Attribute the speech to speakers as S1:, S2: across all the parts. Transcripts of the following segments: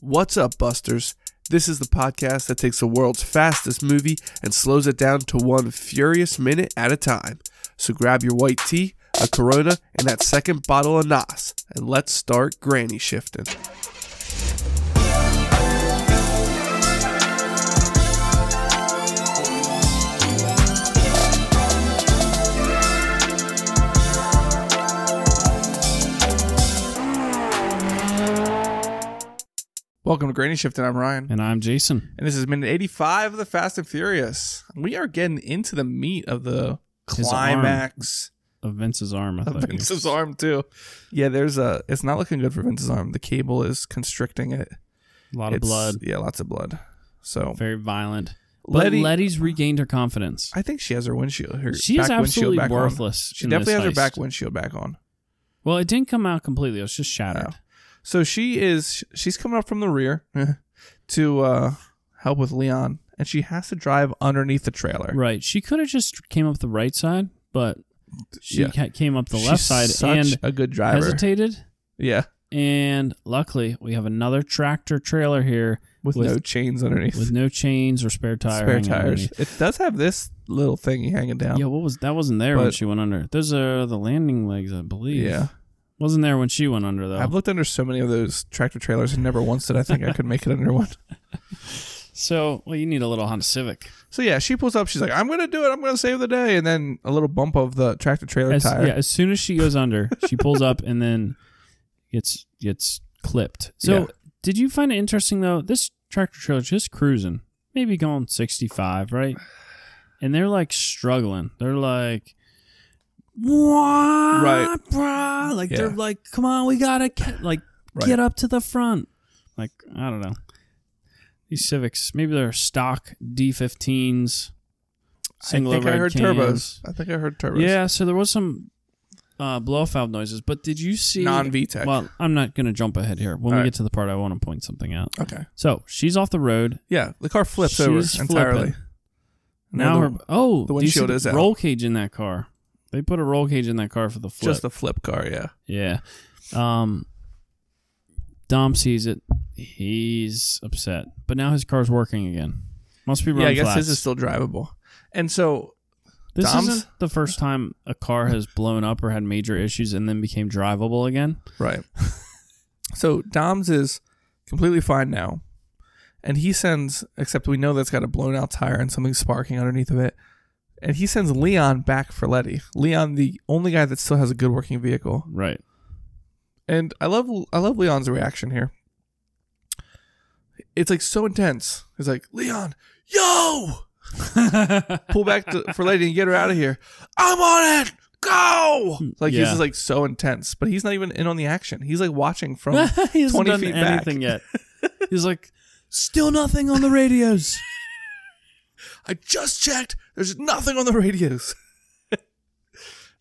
S1: What's up, Busters? This is the podcast that takes the world's fastest movie and slows it down to one furious minute at a time. So grab your white tea, a Corona, and that second bottle of Nas, and let's start granny shifting. Welcome to Granny Shifting. I'm Ryan,
S2: And I'm Jason.
S1: and this is minute 85 of the Fast and Furious. We are getting into the meat of the
S2: His arm.
S1: climax.
S2: Of Vince's arm, I
S1: of
S2: thought. you-
S1: Vince's arm too. Yeah, there's a. It's not looking good for Vince's arm. The cable is constricting it.
S2: A lot of
S1: It's-
S2: blood.
S1: Yeah, lots of blood. So
S2: Very violent. But
S1: Letty,
S2: Letty's regained her confidence.
S1: I think she has her windshield. Her
S2: She
S1: back
S2: is
S1: windshield
S2: absolutely
S1: back On.
S2: worthless.
S1: She
S2: in
S1: definitely
S2: this
S1: has her back
S2: heist.
S1: windshield back on.
S2: Well, it didn't come out completely. It was just shattered.
S1: So she is. She's coming up from the rear to uh, help with Leon, and she has to drive underneath the trailer.
S2: Right. She could have just came up the right side, but she
S1: Yeah.
S2: ca- came up the
S1: She's
S2: left side
S1: such
S2: and
S1: a good driver.
S2: hesitated.
S1: Yeah,
S2: And luckily, we have another tractor trailer here
S1: with,
S2: With-
S1: no chains underneath.
S2: with no chains or spare tire.
S1: spare
S2: hanging
S1: tires.
S2: underneath.
S1: It does have this little thingy hanging down.
S2: Yeah, what was that? Wasn't there when
S1: But-
S2: she went under? Those are the landing legs, I believe.
S1: yeah.
S2: wasn't there when she went under though.
S1: I've looked under so many of those tractor trailers and never once did I think I could make it under one.
S2: so, well, you need a little Honda Civic.
S1: So yeah, she pulls up. She's like, "I'm gonna do it. I'm gonna save the day." And then a little bump of the tractor trailer
S2: As,
S1: tire.
S2: yeah, as soon as she goes under, she pulls up and then gets gets clipped. So,
S1: Yeah.
S2: did you find it interesting though? This tractor trailer just cruising, maybe going sixty five, right? And they're like struggling. They're like, "What,
S1: Right.
S2: bruh?" Like they're
S1: Yeah.
S2: like, "Come on, we gotta ca- like
S1: Right.
S2: get up to the front." Like I don't know. These Civics, maybe they're stock D15s.
S1: I
S2: Single
S1: think I heard
S2: overhead cams.
S1: turbos. I think I heard turbos.
S2: Yeah, so there was some uh, blow off valve noises, but did you see?
S1: non VTEC.
S2: well, I'm not going to jump ahead here. When
S1: All
S2: we
S1: right.
S2: get to the part, I want to point something out.
S1: okay.
S2: So she's off the road
S1: Yeah, the car flips
S2: She's
S1: over
S2: flipping.
S1: entirely.
S2: now.
S1: the-
S2: her oh,
S1: the
S2: do you see
S1: windshield is out.
S2: roll cage in that car. They put a roll cage in that car for the flip.
S1: just a flip car. Yeah,
S2: yeah. Um, Dom sees it. He's upset, but now his car's working again. Must be running
S1: yeah. I guess
S2: flats.
S1: his is still drivable. And so
S2: This
S1: Dom's-
S2: isn't the first time a car has blown up or had major issues and then became drivable again.
S1: Right. so Dom's is completely fine now. And he sends, except we know that's got a blown out tire and something sparking underneath of it. And he sends Leon back for Letty. Leon, the only guy that still has a good working vehicle.
S2: Right.
S1: And I love I love Leon's reaction here. It's like so intense. He's like, Leon, yo! Pull back to, for Letty and get her out of here. I'm on it! Go! Like he's
S2: Yeah.
S1: just like so intense. But he's not even in on the action. He's like watching from
S2: he hasn't
S1: 20
S2: done
S1: feet back.
S2: anything yet. He's like, still nothing on the radios.
S1: I just checked. There's nothing on the radios.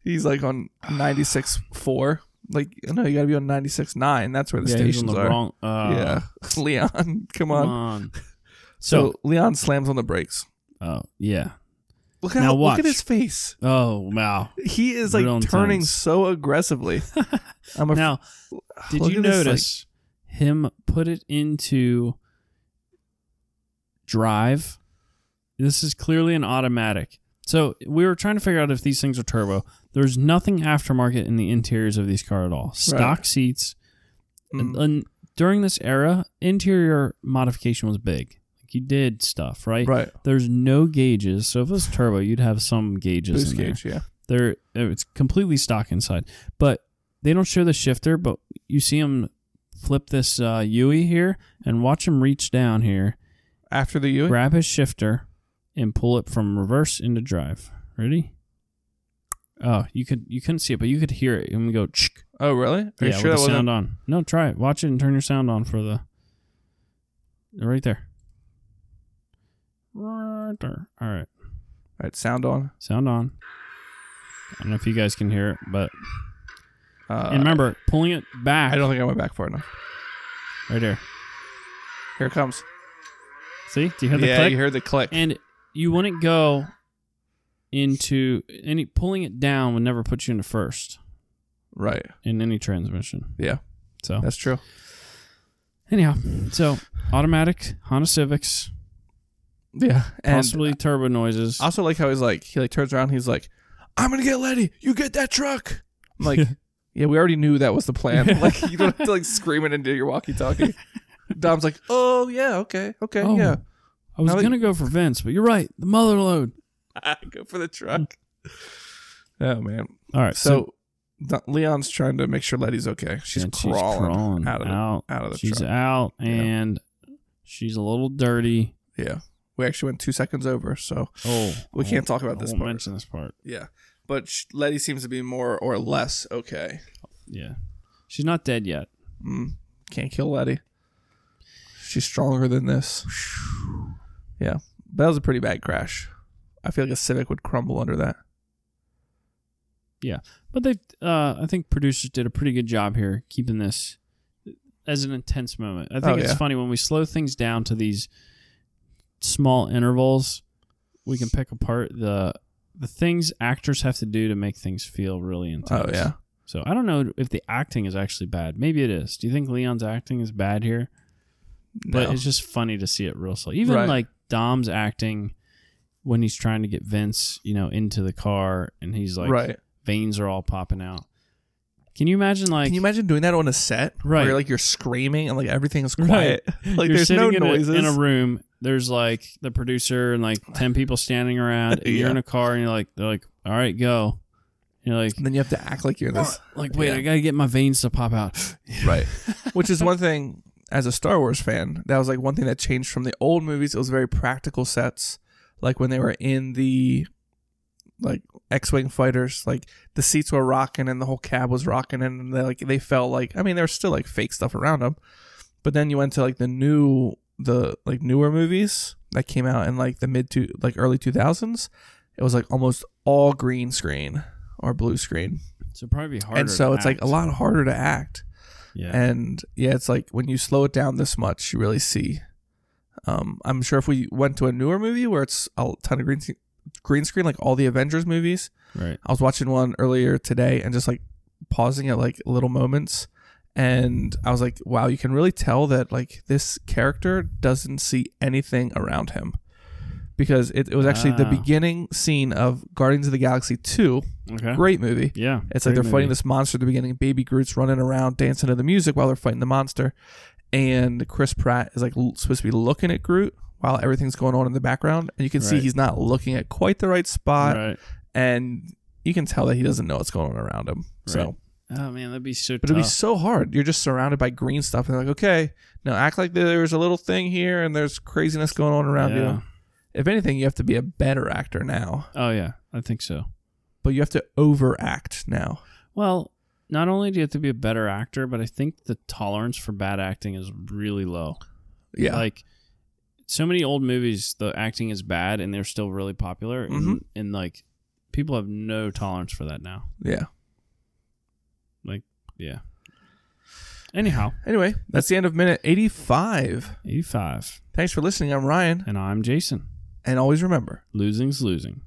S1: he's like on 96.4. Like, no, you got to be on 96.9. That's where the
S2: yeah, he's on
S1: stations
S2: the
S1: are.
S2: wrong. Uh,
S1: yeah. Leon, come
S2: Come
S1: on.
S2: on.
S1: So,
S2: So,
S1: Leon slams on the brakes.
S2: oh yeah.
S1: Look at,
S2: Now
S1: how, look
S2: watch.
S1: at his face.
S2: Oh wow.
S1: He is like
S2: Real intense.
S1: turning so aggressively. I'm a,
S2: Now, did
S1: look
S2: you
S1: at this, like-
S2: notice him put it into drive? This is clearly an automatic. So we were trying to figure out if these things are turbo. There's nothing aftermarket in the interiors of these cars at all. Stock seats,
S1: Mm.
S2: and during this era, interior modification was big. Like you did stuff, right?
S1: right.
S2: There's no gauges, so if it was turbo, you'd have some gauges.
S1: Boost
S2: in there.
S1: gauge, yeah.
S2: They're it's completely stock inside, but they don't show the shifter. But you see him flip this uh, Yui here, and watch him reach down here,
S1: After the U.
S2: grab his shifter, and pull it from reverse into drive. Ready? Oh, you could you couldn't see it, but you could hear it. And we go. Tsk.
S1: Oh, really? Are you
S2: yeah,
S1: sure
S2: with
S1: that
S2: the
S1: wasn't?
S2: sound on. No, try it. Watch it and turn your sound on for the. Right there. Right there. All right.
S1: All right, sound on.
S2: Sound on. I don't know if you guys can hear it, but
S1: Uh,
S2: and remember pulling it back.
S1: I don't think I went back far enough.
S2: right there.
S1: Here it comes.
S2: See? Do you hear the
S1: yeah,
S2: click?
S1: you heard the click.
S2: and you wouldn't go into any pulling it down would never put you into first
S1: right.
S2: in any transmission.
S1: Yeah,
S2: So
S1: that's true.
S2: Anyhow, so automatic Honda Civics,
S1: Yeah. And
S2: possibly turbo noises.
S1: I also like how he's like he like turns around, he's like, I'm gonna get Letty, you get that truck. I'm like, yeah, we already knew that was the plan.
S2: Yeah.
S1: like you don't have to like scream it into your walkie talkie. Dom's like, Oh yeah, okay, okay,
S2: Oh.
S1: yeah.
S2: I was
S1: now that-
S2: gonna go for Vince, but you're right. The mother load.
S1: Go for the truck. oh man.
S2: All right, so,
S1: So, Don- Leon's trying to make sure Letty's okay. She's,
S2: and
S1: crawling, out of the,
S2: out.
S1: out of the
S2: she's
S1: truck.
S2: out,
S1: Yeah.
S2: and she's a little dirty.
S1: yeah. We actually went two seconds over, so
S2: Oh,
S1: we
S2: I
S1: can't talk
S2: won't-
S1: about this
S2: I won't
S1: part.
S2: mention this part.
S1: Yeah. But sh- Letty seems to be more or less okay.
S2: Yeah, she's not dead yet.
S1: Mm, can't kill Letty. She's stronger than this. Yeah. That was a pretty bad crash. I feel like a Civic would crumble under that.
S2: But they, uh, I think producers did a pretty good job here keeping this as an intense moment. I think
S1: Oh,
S2: it's
S1: yeah.
S2: funny when we slow things down to these small intervals, we can pick apart the the things actors have to do to make things feel really intense.
S1: Oh, yeah.
S2: So I don't know if the acting is actually bad. Maybe it is. Do you think Leon's acting is bad here? But
S1: No.
S2: it's just funny to see it real slow. Even
S1: Right.
S2: like Dom's acting when he's trying to get Vince, you know, into the car and he's like
S1: right.
S2: veins are all popping out. Can you imagine like
S1: Can you imagine doing that on a set?
S2: Right.
S1: Where like you're screaming and like everything's quiet. Like
S2: you're
S1: there's no
S2: sitting in a-
S1: noises.
S2: in a room. There's like the producer and like ten people standing around. And You're
S1: Yeah.
S2: in a car and you're like they're like, all right, go. And you're like, "Oh,"
S1: and then you have to act like you're this.
S2: like wait,
S1: Yeah.
S2: I gotta get my veins to pop out.
S1: right which is one thing as a star wars fan that was like one thing that changed from the old movies it was very practical sets like when they were in the like x-wing fighters like the seats were rocking and the whole cab was rocking and they like they felt like i mean there was still like fake stuff around them but then you went to like the new the like newer movies that came out in like the mid to like early 2000s it was like almost all green screen or blue screen
S2: So it'd probably be harder.
S1: and so
S2: to
S1: it's like a
S2: act.
S1: lot harder to act
S2: Yeah.
S1: and yeah, it's like when you slow it down this much, you really see. Um, I'm sure if we went to a newer movie where it's a ton of green sc- green screen, like all the Avengers movies.
S2: right.
S1: I was watching one earlier today and just like pausing at like little moments, and I was like, wow, you can really tell that like this character doesn't see anything around him. Because it, it was actually the
S2: Ah.
S1: beginning scene of Guardians of the Galaxy 2.
S2: Okay.
S1: Great movie.
S2: Yeah.
S1: It's like
S2: Great
S1: they're fighting this
S2: movie.
S1: monster at the beginning. Baby Groot's running around dancing to the music while they're fighting the monster, and Chris Pratt is like l- supposed to be looking at Groot while everything's going on in the background, and you can see
S2: Right.
S1: he's not looking at quite the right spot,
S2: Right.
S1: and you can tell that he doesn't know what's going on around him. So,
S2: Right. Oh man, that'd be so.
S1: but
S2: tough.
S1: it'd be so hard. You're just surrounded by green stuff, and they're like, okay, now act like there's a little thing here, and there's craziness going on around
S2: yeah.
S1: you. If anything, you have to be a better actor now,
S2: Oh yeah, I think so.
S1: but you have to overact now.
S2: Well, not only do you have to be a better actor, but I think the tolerance for bad acting is really low.
S1: Yeah,
S2: Like so many old movies, the acting is bad and they're still really popular. And, and like people have no tolerance for that now.
S1: yeah.
S2: Yeah. Anyhow,
S1: Anyway, that's the end of minute 85.
S2: 85.
S1: Thanks for listening. I'm Ryan,
S2: And I'm Jason.
S1: and always remember
S2: Losing's losing.